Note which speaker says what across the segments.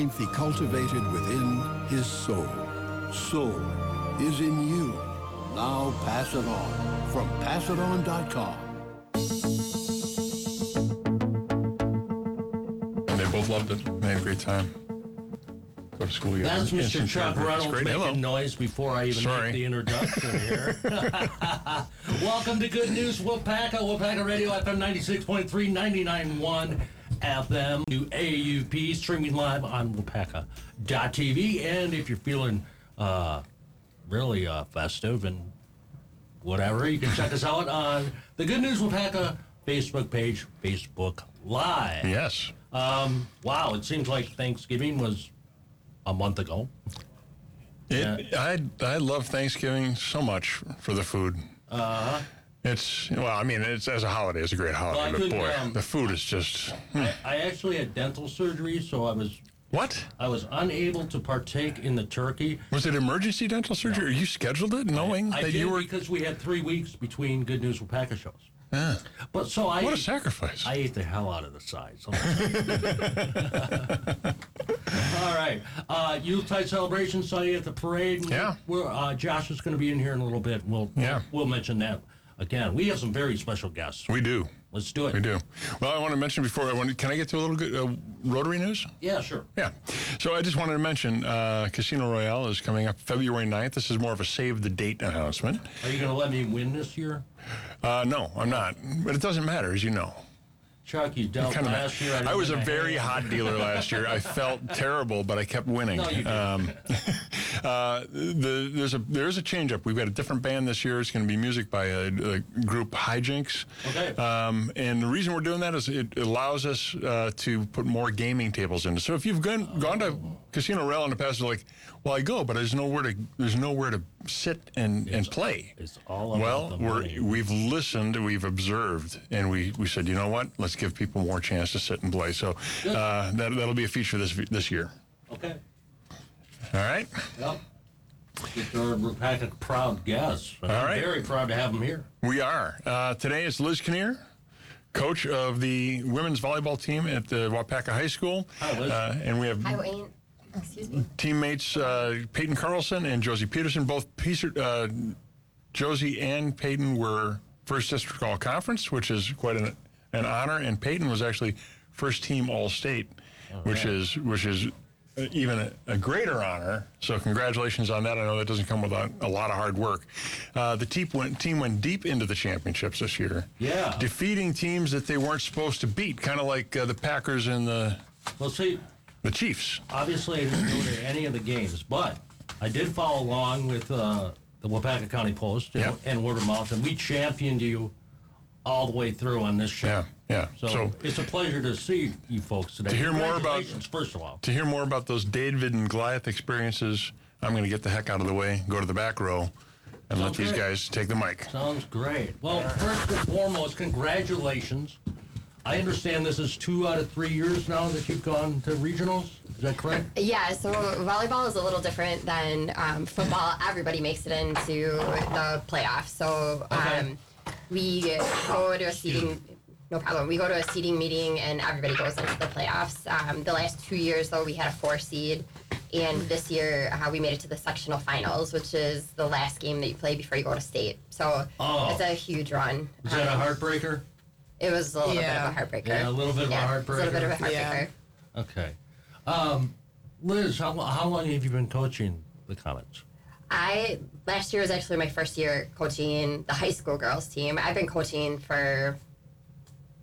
Speaker 1: strength he cultivated within his soul. Soul is in you. Now pass it on from passiton.com.
Speaker 2: They both loved it. They had a great time. Go to school together.
Speaker 3: That's
Speaker 2: Instant
Speaker 3: Mr. Chuck
Speaker 2: childhood. It's
Speaker 3: Reynolds
Speaker 2: great.
Speaker 3: making
Speaker 2: Hello.
Speaker 3: noise before I even
Speaker 2: Sorry.
Speaker 3: make the introduction here. Welcome to Good News Wapaka, Wapaka Radio FM 96.3, 99.1 FM, new AUP, streaming live on wapaka.tv. And if you're feeling uh, really uh, festive and whatever, you can check us out on the Good News Wapaka Facebook page, Facebook Live.
Speaker 2: Yes.
Speaker 3: Um, wow, it seems like Thanksgiving was a month ago.
Speaker 2: It, I I love Thanksgiving so much for the food. Uh huh. It's well, I mean, it's as a holiday, it's a great holiday,
Speaker 3: Uh-huh. Well, I
Speaker 2: but
Speaker 3: couldn't,
Speaker 2: boy,
Speaker 3: um,
Speaker 2: the food is just
Speaker 3: I, I actually had dental surgery, so I was
Speaker 2: what?
Speaker 3: I was unable to partake in the turkey.
Speaker 2: Was it emergency dental surgery? Or you scheduled it knowing
Speaker 3: I
Speaker 2: that
Speaker 3: did
Speaker 2: you were?
Speaker 3: because we had three weeks between Good News with Packer shows. But so I
Speaker 2: What a
Speaker 3: ate-
Speaker 2: sacrifice!
Speaker 3: I ate the hell out of the sides. All right. Uh, Yuletide celebration Sunday at the parade.
Speaker 2: Yeah.
Speaker 3: We're, uh, Josh is going to be in here in a little bit. We'll,
Speaker 2: Yeah.
Speaker 3: we'll mention that again. We have some very special guests.
Speaker 2: we do,
Speaker 3: Let's do it.
Speaker 2: we do. Well, I want to mention before I want. Can I get to a little good uh, Rotary news?
Speaker 3: Yeah, sure.
Speaker 2: Yeah. So I just wanted to mention uh, Casino Royale is coming up February 9th. This is more of a save the date announcement.
Speaker 3: Are you going to let me win this year?
Speaker 2: Uh, no, I'm not. But it doesn't matter, as you know.
Speaker 3: Chuck, you dealt
Speaker 2: Kind of ma-
Speaker 3: last year. didn't
Speaker 2: I was a
Speaker 3: win
Speaker 2: very
Speaker 3: hand.
Speaker 2: hot dealer last year. I felt terrible, but I kept winning.
Speaker 3: No, you didn't.
Speaker 2: um, uh, the, there's a there is a change up. We've got a different band this year. It's going to be music by a, a group Hijinks.
Speaker 3: Okay.
Speaker 2: Um, and the reason we're doing that is it allows us uh, to put more gaming tables in. So if you've gone gone to Casino Rail in the past, you're like, well, I go, but there's nowhere to there's nowhere to sit and, and play.
Speaker 3: it's all about
Speaker 2: well,
Speaker 3: the money.
Speaker 2: we're we've listened, we've observed, and we, we said, you know what? Let's give people more chance to sit and play. So uh, that that'll be a feature this this year.
Speaker 3: Okay.
Speaker 2: All right.
Speaker 3: Well, get your Rupatic proud guests. All I'm
Speaker 2: right.
Speaker 3: Very proud to have them here.
Speaker 2: We are. Uh, today is Liz Kinnear, coach of the women's volleyball team at the Wapaka High School.
Speaker 3: Hi, Liz.
Speaker 2: Uh, and we have
Speaker 3: Mm.
Speaker 4: I wait. Excuse me.
Speaker 2: teammates uh, Peyton Carlson and Josie Peterson. Both piece, uh, Josie and Peyton were first district all conference, which is quite an, an honor. And Peyton was actually first team all state,
Speaker 3: Oh,
Speaker 2: which is which is uh, even a, a greater honor. So congratulations on that. I know that doesn't come without a lot of hard work. Uh, the team went team went deep into the championships this year.
Speaker 3: Yeah.
Speaker 2: defeating teams that they weren't supposed to beat, kind of like uh, the Packers and the
Speaker 3: Well, see,
Speaker 2: the Chiefs.
Speaker 3: obviously I didn't go to any of the games, but I did follow along with uh, the Wapaka County Post and,
Speaker 2: Yep.
Speaker 3: and Word of Mouth, and we championed you all the way through on this show.
Speaker 2: Yeah, yeah.
Speaker 3: So,
Speaker 2: So-
Speaker 3: it's a pleasure to see you folks today. To
Speaker 2: hear more about-
Speaker 3: first of all.
Speaker 2: To hear more about those David and Goliath experiences, I'm going to get the heck out of the way, go to the back row, and let
Speaker 3: Sounds
Speaker 2: these
Speaker 3: good.
Speaker 2: guys take the mic.
Speaker 3: Sounds great. Well, first and foremost, congratulations. I understand this is two out of three years now that you've gone to regionals. Is that correct?
Speaker 4: Yeah, so volleyball is a little different than um, football. Everybody makes it into the playoffs. So um, we go to a seating. No problem. We go to a seating meeting and everybody goes into the playoffs. Um, the last two years, though, we had a four seed, and this year uh, we made it to the sectional finals, which is the last game that you play before you go to state. So
Speaker 3: Oh.
Speaker 4: it's a huge run.
Speaker 3: Is that a
Speaker 4: Um,
Speaker 3: heartbreaker?
Speaker 4: It was a little
Speaker 5: Yeah.
Speaker 4: bit of a heartbreaker.
Speaker 3: Yeah, a little bit of a
Speaker 4: it's A little bit of a
Speaker 5: heartbreaker.
Speaker 4: heartbreaker.
Speaker 5: Yeah.
Speaker 3: Okay. Um, Liz, how, lo- how long have you been coaching the Comets?
Speaker 4: I last year was actually my first year coaching the high school girls team. I've been coaching for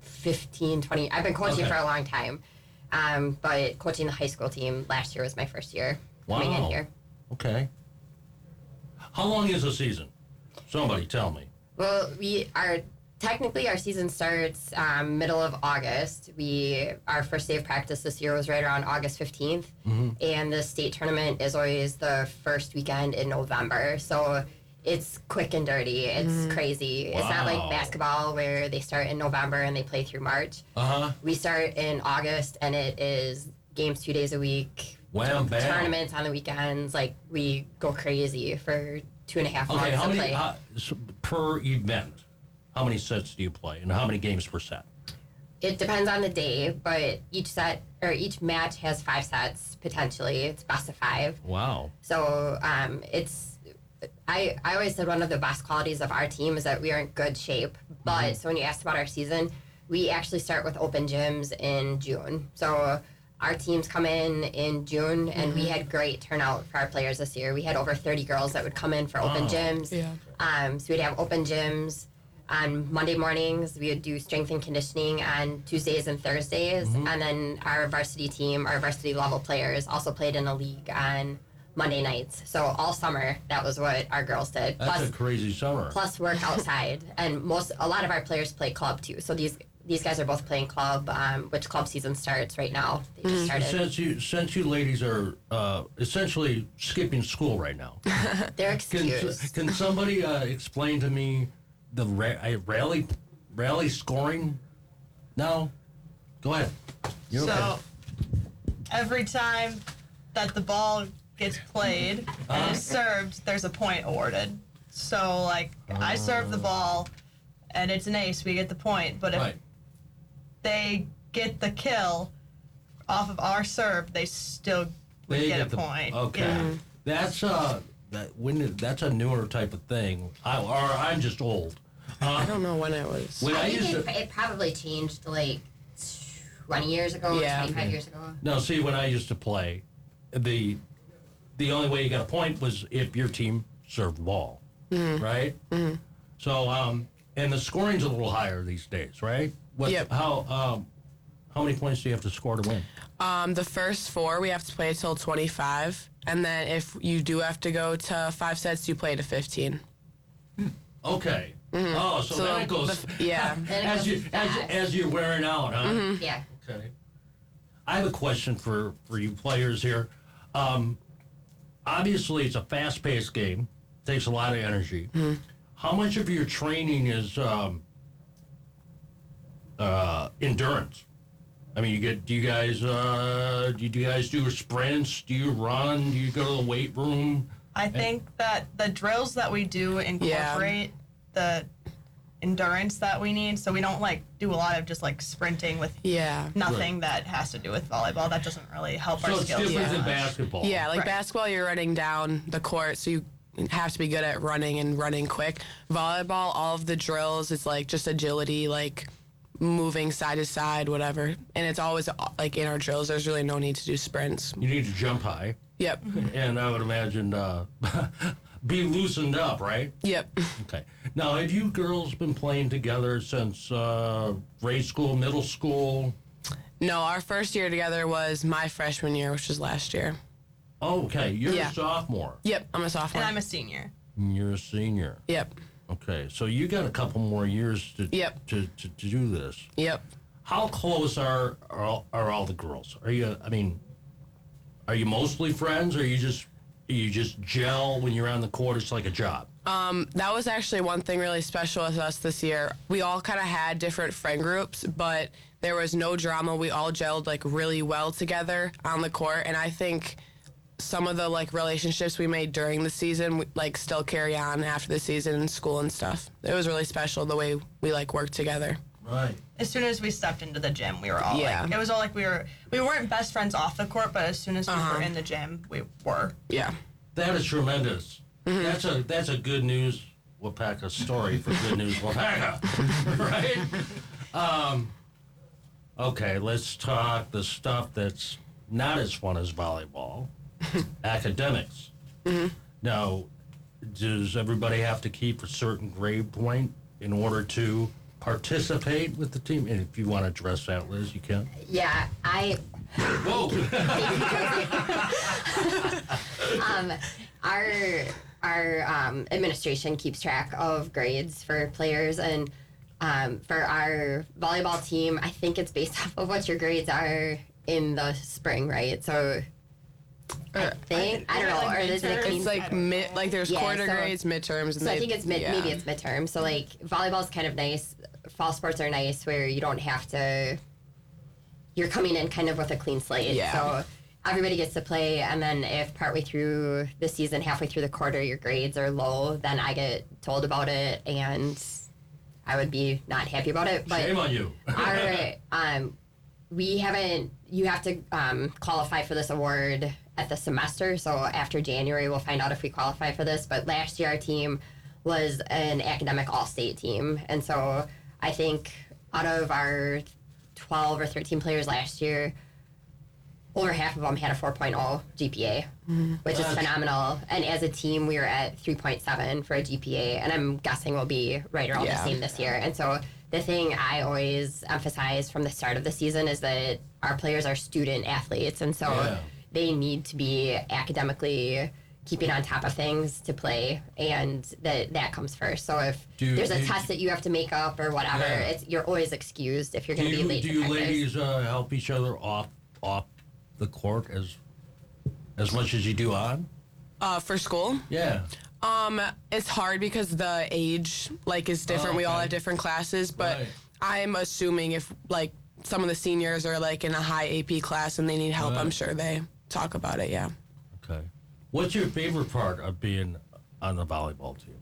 Speaker 4: 15, 20. I've been coaching
Speaker 3: Okay.
Speaker 4: for a long time. Um, but coaching the high school team last year was my first year coming in here.
Speaker 3: Okay. How long is a season? Somebody tell me.
Speaker 4: Well, we are technically our season starts um, middle of August. We our first day of practice this year was right around August 15th
Speaker 3: Mm-hmm.
Speaker 4: and the state tournament is always the first weekend in November. So it's quick and dirty. It's crazy. It's not
Speaker 3: Mm-hmm. Wow.
Speaker 4: like basketball where they start in November and they play through March.
Speaker 3: Uh huh.
Speaker 4: We start in August and it is games two days a week.
Speaker 3: Wham bam.
Speaker 4: Tournaments on the weekends, like we go crazy for two and a half
Speaker 3: Okay,
Speaker 4: months
Speaker 3: how
Speaker 4: of
Speaker 3: many
Speaker 4: play.
Speaker 3: uh, s- per event? How many sets do you play, and how many games per set?
Speaker 4: it depends on the day, but each set or each match has five sets potentially. It's best of five.
Speaker 3: Wow.
Speaker 4: So um, it's I I always said one of the best qualities of our team is that we are in good shape. But so when you asked about our season, we actually start with open gyms in June. So our teams come in in June, and we had great turnout for our players this year. We had over 30 girls that would come in for open
Speaker 3: Wow.
Speaker 4: gyms.
Speaker 5: Yeah.
Speaker 4: Um, so we'd have open gyms on Monday mornings. We would do strength and conditioning on Tuesdays and Thursdays.
Speaker 3: Mm-hmm.
Speaker 4: And then our varsity team, our varsity level players, also played in a league on Monday nights. So all summer, that was what our girls did.
Speaker 3: That's
Speaker 4: plus,
Speaker 3: a crazy summer.
Speaker 4: plus work outside. and most, a lot of our players play club too. So these these guys are both playing club, um, which club season starts right now. They just started.
Speaker 3: Since you since you ladies are uh, essentially skipping school right now,
Speaker 4: They're
Speaker 3: can
Speaker 4: excused.
Speaker 3: can somebody uh, explain to me the ra- I- rally rally scoring? No, go ahead. You're okay.
Speaker 5: So every time that the ball gets played and is
Speaker 3: Uh-huh.
Speaker 5: served, there's a point awarded. So like I serve the ball and it's an ace, we get the point. But if
Speaker 3: Oh. right.
Speaker 5: they get the kill off of our serve, they still would
Speaker 3: They
Speaker 5: get, a
Speaker 3: the-
Speaker 5: point.
Speaker 3: Okay,
Speaker 5: Yeah.
Speaker 3: that's uh that when that's a newer type of thing. I or I'm just old.
Speaker 6: I don't know when it was.
Speaker 3: When I,
Speaker 4: I
Speaker 3: used
Speaker 4: think
Speaker 3: to
Speaker 4: it, it probably changed like 20 years ago,
Speaker 6: Yeah.
Speaker 4: 25 years ago.
Speaker 3: no see when I used to play, the the only way you got a point was if your team served the ball,
Speaker 6: Mm-hmm.
Speaker 3: right? So um and the scoring's a little higher these days, right? What
Speaker 6: Yep.
Speaker 3: how um how many points do you have to score to win?
Speaker 6: Um, the first four we have to play till 25, and then if you do have to go to five sets, you play to 15.
Speaker 3: Okay. Oh, so,
Speaker 6: Mm-hmm. So
Speaker 3: then
Speaker 6: the-
Speaker 3: it goes.
Speaker 6: the- yeah.
Speaker 4: Then it
Speaker 3: as
Speaker 4: goes
Speaker 3: you as, you-
Speaker 4: fast.
Speaker 3: as you're wearing out, huh?
Speaker 6: Mm-hmm.
Speaker 4: Yeah.
Speaker 3: Okay. I have a question for, for you players here. Um, obviously, it's a fast paced game, takes a lot of energy. How much of your training is um, uh, endurance? I mean, you get. Do you guys? Uh, do you guys do sprints? Do you run? Do you go to the weight room?
Speaker 5: I think that the drills that we do incorporate the endurance that we need, so we don't like do a lot of just like sprinting with
Speaker 6: Yeah.
Speaker 5: nothing that has to do with volleyball. That doesn't really help
Speaker 3: So
Speaker 5: our
Speaker 3: it's
Speaker 5: skills.
Speaker 3: different
Speaker 5: that
Speaker 3: than
Speaker 5: much.
Speaker 3: basketball.
Speaker 6: Yeah, like
Speaker 5: Right.
Speaker 6: basketball, you're running down the court, so you have to be good at running and running quick. Volleyball, all of the drills, it's like just agility, like moving side to side, whatever. And it's always uh, like in our drills, there's really no need to do sprints.
Speaker 3: You need to jump high,
Speaker 6: Yep.
Speaker 3: and I would imagine uh, be loosened up, right?
Speaker 6: Yep.
Speaker 3: Okay. Now, have you girls been playing together since uh, grade school, middle school?
Speaker 6: No, our first year together was my freshman year, which was last year.
Speaker 3: Oh, okay. You're
Speaker 6: Yeah.
Speaker 3: a sophomore.
Speaker 6: Yep, I'm a sophomore.
Speaker 5: And I'm a senior.
Speaker 3: And You're a senior.
Speaker 6: yep.
Speaker 3: Okay. So you got a couple more years to
Speaker 6: Yep.
Speaker 3: to, to, to do this.
Speaker 6: Yep.
Speaker 3: How close are, are all- are all the girls? Are you? I mean, are you mostly friends? Or you just you just gel when you're on the court? It's like a job.
Speaker 6: Uh, That was actually one thing really special with us this year. We all kind of had different friend groups, but there was no drama. We all gelled like really well together on the court, and I think some of the like relationships we made during the season we, like still carry on after the season in school and stuff. It was really special the way we like worked together.
Speaker 3: Right.
Speaker 5: As soon as we stepped into the gym, we were all
Speaker 6: Yeah.
Speaker 5: like, it was all like we were we weren't best friends off the court, but as soon as we were in the gym, we were.
Speaker 6: Yeah.
Speaker 3: That is tremendous. That's a that's a good news Wapaka story for good news Wapaka, right? Um, okay, let's talk the stuff that's not as fun as volleyball, academics. Now, does everybody have to keep a certain grade point in order to participate with the team? And if you want to address that, Liz, you can.
Speaker 4: Yeah, I
Speaker 3: Whoa.
Speaker 4: Um, our our um, administration keeps track of grades for players and um, for our volleyball team. I think it's based off of what your grades are in the spring, right? So I think I, don't know, or is it
Speaker 5: midterms.
Speaker 4: clean
Speaker 6: It's like mid, like there's
Speaker 4: Yeah,
Speaker 6: quarter
Speaker 4: so-
Speaker 6: grades, midterms, and
Speaker 4: So
Speaker 6: they,
Speaker 4: I think it's mid,
Speaker 6: yeah.
Speaker 4: maybe it's midterm. So like volleyball's kind of nice. Fall sports are nice where you don't have to. You're coming in kind of with a clean slate.
Speaker 6: Yeah.
Speaker 4: So everybody gets to play, and then if partway through the season, halfway through the quarter, your grades are low, then I get told about it, and I would be not happy about it. But
Speaker 3: Shame on you.
Speaker 4: our um, we haven't. You have to um, qualify for this award at the semester. So after January, we'll find out if we qualify for this. But last year, our team was an academic all-state team, and so I think out of our 12 or 13 players last year, over half of them had a 4.0 GPA,
Speaker 3: Mm-hmm.
Speaker 4: which is phenomenal. And as a team, we were at 3.7 for a GPA, and I'm guessing we'll be right around
Speaker 6: Yeah.
Speaker 4: the same this year. And so the thing I always emphasize from the start of the season is that our players are student athletes, and so
Speaker 3: Yeah.
Speaker 4: they need to be academically keeping on top of things to play, and that that comes first. So if
Speaker 3: Do-
Speaker 4: there's a
Speaker 3: do-
Speaker 4: test that you have to make up or whatever,
Speaker 3: Yeah.
Speaker 4: it's you're always excused if you're
Speaker 3: Do
Speaker 4: going to be
Speaker 3: you,
Speaker 4: late.
Speaker 3: do
Speaker 4: to
Speaker 3: you
Speaker 4: practice.
Speaker 3: ladies uh, help each other off off the court as as much as you do on?
Speaker 6: Uh, for school,
Speaker 3: Yeah.
Speaker 6: Um, it's hard because the age like is different. We
Speaker 3: Oh,
Speaker 6: all
Speaker 3: okay.
Speaker 6: have different classes, but
Speaker 3: Right.
Speaker 6: I'm assuming if like some of the seniors are like in a high AP class and they need help, I'm
Speaker 3: Right.
Speaker 6: sure they talk about it. Yeah.
Speaker 3: Okay. What's your favorite part of being on the volleyball team?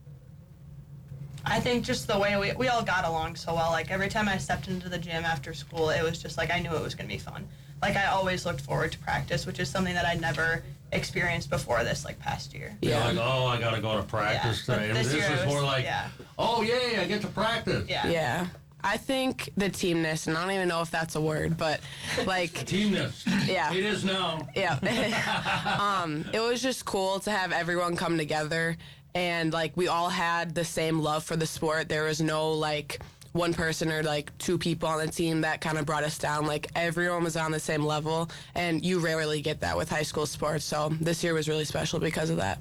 Speaker 5: I think just the way we, we all got along so well. Like every time I stepped into the gym after school, it was just like I knew it was going to be fun. Like I always looked forward to practice, which is something that I never experienced before this like past year.
Speaker 3: You're
Speaker 6: Yeah.
Speaker 3: like, oh, I gotta go to practice
Speaker 5: Yeah, but
Speaker 3: today. And
Speaker 5: this
Speaker 3: This,
Speaker 5: year
Speaker 3: is
Speaker 5: it was-
Speaker 3: more like,
Speaker 5: yeah.
Speaker 3: oh, yay, I get to practice.
Speaker 5: Yeah.
Speaker 6: Yeah. I think the teamness, and I don't even know if that's a word, but like,
Speaker 3: Teamness.
Speaker 6: Yeah.
Speaker 3: It is now.
Speaker 6: yeah. um, it was just cool to have everyone come together and like we all had the same love for the sport. There was no like one person or like two people on the team that kind of brought us down. Like everyone was on the same level, and you rarely get that with high school sports. So this year was really special because of that.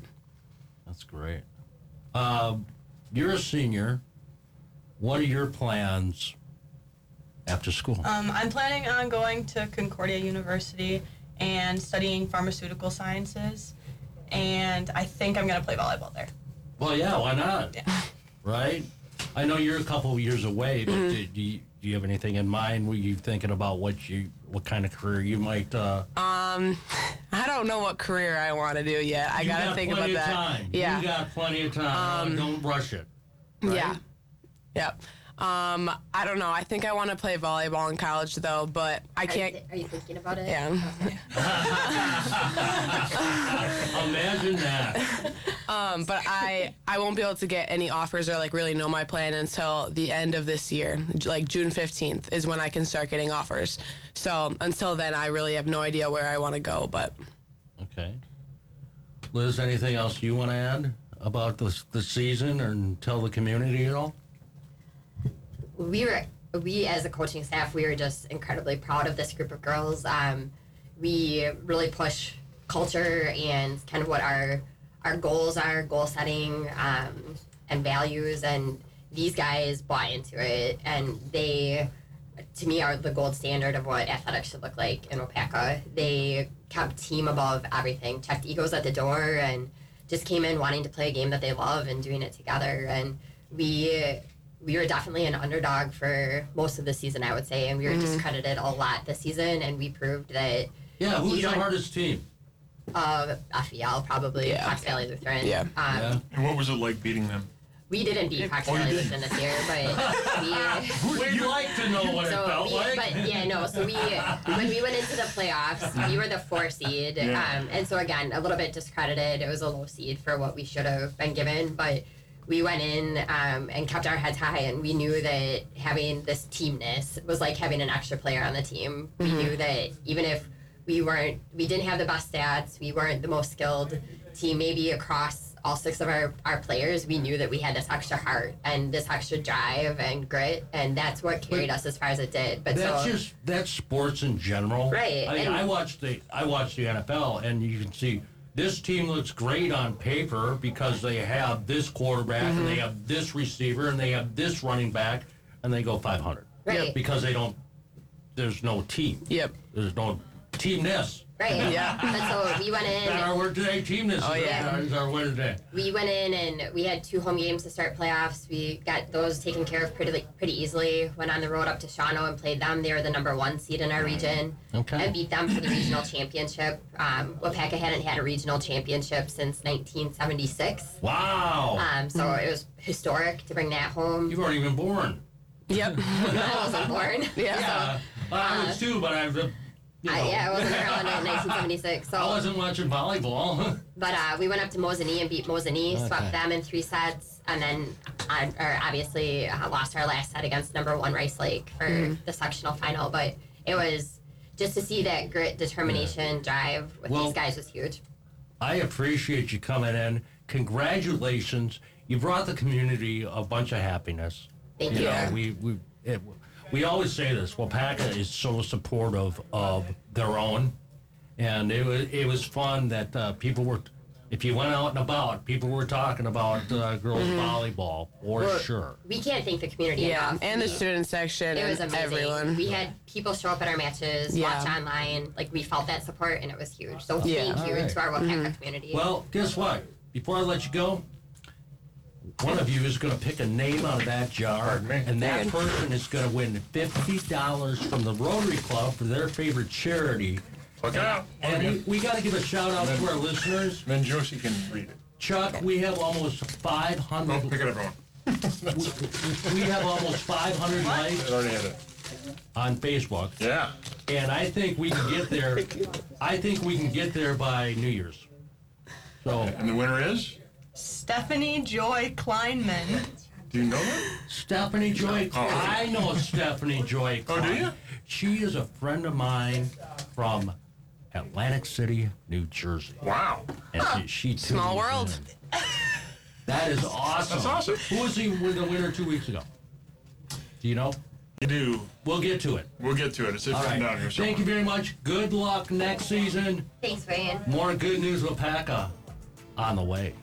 Speaker 3: That's great. Um, you're a senior. What are your plans after school?
Speaker 5: Um, I'm planning on going to Concordia University and studying pharmaceutical sciences, and I think I'm going to play volleyball there.
Speaker 3: well, yeah, why not? Right? I know you're a couple of years away, but
Speaker 6: Mm-hmm.
Speaker 3: do, do, you, do you have anything in mind? Were you thinking about what you, what kind of career you might? Uh,
Speaker 6: Oh, I don't know what career I want to do yet. I
Speaker 3: you
Speaker 6: gotta
Speaker 3: got
Speaker 6: think about
Speaker 3: plenty of
Speaker 6: that.
Speaker 3: Time.
Speaker 6: Yeah. Um,
Speaker 3: you got plenty of time. Don't rush it.
Speaker 6: Yeah. Yep. Um, I don't know. I think I want to play volleyball in college though, but I
Speaker 4: Are you,
Speaker 6: can't.
Speaker 4: thi- are you thinking about it?
Speaker 6: Yeah.
Speaker 3: Imagine that.
Speaker 6: Um, but I I won't be able to get any offers or like really know my plan until the end of this year. J- Like June fifteenth is when I can start getting offers. So until then, I really have no idea where I want to go. But
Speaker 3: Okay. Liz, anything else you want to add about the the season and tell the community at all?
Speaker 4: we were we as a coaching staff we were just incredibly proud of this group of girls um, we really push culture and kind of what our our goals are goal setting um, and values and these guys bought into it and they to me are the gold standard of what athletics should look like in Wapaka. They kept team above everything, checked egos at the door, and just came in wanting to play a game that they love and doing it together. And we we were definitely an underdog for most of the season, I would say, and
Speaker 6: Mm-hmm.
Speaker 4: we were discredited a lot this season, and we proved that
Speaker 3: Yeah, who's
Speaker 4: You
Speaker 3: your
Speaker 4: don't-
Speaker 3: hardest team?
Speaker 4: uh, FEL probably
Speaker 6: Yeah.
Speaker 4: Cox Valley Lutheran.
Speaker 6: Yeah.
Speaker 4: Um,
Speaker 3: Yeah.
Speaker 2: And what was it like beating them?
Speaker 4: We didn't beat Cox Valley Lutheran this year, but we.
Speaker 3: We'd like to know what it
Speaker 4: So
Speaker 3: felt
Speaker 4: we,
Speaker 3: like.
Speaker 4: but yeah, no. So we when we went into the playoffs, we were the four seed, um, and so again, a little bit discredited. It was a low seed for what we should have been given, but we went in um, and kept our heads high, and we knew that having this teamness was like having an extra player on the team. We
Speaker 3: Mm-hmm.
Speaker 4: knew that even if we weren't, we didn't have the best stats, we weren't the most skilled team, maybe across. All six of our, our players, we knew that we had this extra heart and this extra drive and grit, and that's what carried us as far as it did. But
Speaker 3: that's
Speaker 4: so,
Speaker 3: just that's sports in general.
Speaker 4: Right,
Speaker 3: I, mean,
Speaker 4: and-
Speaker 3: I watch the I watch the NFL, and you can see this team looks great on paper because they have this quarterback, and
Speaker 4: Mm-hmm.
Speaker 3: they have this receiver, and they have this running back, and they go 500.
Speaker 4: Right.
Speaker 3: Because they don't. There's no team.
Speaker 6: yep.
Speaker 3: There's no teamness.
Speaker 4: Right.
Speaker 6: Yeah.
Speaker 4: But so we went in.
Speaker 3: That our word today team this
Speaker 6: Oh,
Speaker 3: is
Speaker 6: yeah.
Speaker 3: our- is our winner today.
Speaker 4: we went in and we had two home games to start playoffs. We got those taken care of pretty pretty easily. Went on the road up to Shawano and played them. They were the number one seed in our region.
Speaker 3: Okay.
Speaker 4: And beat them for the regional championship. Um, Wapaka hadn't had a regional championship since 1976.
Speaker 3: Wow.
Speaker 4: Um, so it was historic to bring that home.
Speaker 3: Mm-hmm. you weren't even born.
Speaker 6: Yep.
Speaker 4: I wasn't born.
Speaker 6: Yeah.
Speaker 3: Uh, well, I was too, but I, you know,
Speaker 4: I, yeah, I wasn't around in 1976. So
Speaker 3: I wasn't watching volleyball.
Speaker 4: But uh, we went up to Mosinee and beat Mosinee,
Speaker 3: Okay.
Speaker 4: swept them in three sets, and then uh, or obviously uh, lost our last set against number one Rice Lake for
Speaker 6: Mm-hmm.
Speaker 4: the sectional final. But it was just to see that grit, determination, drive with
Speaker 3: Well-
Speaker 4: these guys was huge.
Speaker 3: I appreciate you coming in. Congratulations. You brought the community a bunch of happiness.
Speaker 4: Thank
Speaker 3: you.
Speaker 4: you.
Speaker 3: know, we, we, it, we always say this. Wapaka is so supportive of their own. And it was, it was fun that uh, people were, if you went out and about, people were talking about uh, girls volleyball for
Speaker 4: Mm-hmm. Well,
Speaker 3: sure.
Speaker 4: We can't thank the community
Speaker 6: Yeah.
Speaker 4: enough.
Speaker 6: And the student section
Speaker 4: it was
Speaker 6: and
Speaker 4: amazing.
Speaker 6: everyone.
Speaker 4: We had people show up at our matches,
Speaker 6: Yeah.
Speaker 4: watch online. Like we felt that support, and it was huge. So
Speaker 6: Yeah. Mm-hmm.
Speaker 4: thank you
Speaker 3: All right.
Speaker 4: to our Wapaka community.
Speaker 3: Well, guess what? Before I let you go, one of you is going to pick a name out of that jar, and that person is going to win fifty dollars from the Rotary Club for their favorite charity.
Speaker 2: Look out.
Speaker 3: And we, we got to give a shout out to our listeners.
Speaker 2: Then Josie can read it.
Speaker 3: Chuck, we have almost five
Speaker 2: Don't Oh, pick it
Speaker 3: hundred.
Speaker 2: up, everyone.
Speaker 3: We have almost five hundred
Speaker 2: I
Speaker 3: likes
Speaker 2: already had it.
Speaker 3: on Facebook,
Speaker 2: Yeah.
Speaker 3: and I think we can get there. I think we can get there by New Year's. So
Speaker 2: And the winner is?
Speaker 5: Stephanie Joy Kleinman.
Speaker 2: Do you know that?
Speaker 3: Stephanie Joy Klein. I know Stephanie Joy
Speaker 2: Oh,
Speaker 3: Klein.
Speaker 2: do you?
Speaker 3: She is a friend of mine from Atlantic City, New Jersey.
Speaker 2: Wow.
Speaker 3: And she, she tunes
Speaker 6: Small world.
Speaker 3: in. That is awesome.
Speaker 2: That's awesome.
Speaker 3: Who was the, win- the winner two weeks ago? Do you know?
Speaker 2: You do.
Speaker 3: We'll get to it.
Speaker 2: We'll get to it. It's
Speaker 3: All
Speaker 2: it's
Speaker 3: right.
Speaker 2: down here.
Speaker 3: Thank you very much. Good luck next season.
Speaker 4: Thanks, Wayne.
Speaker 3: More good news with Paca on the way.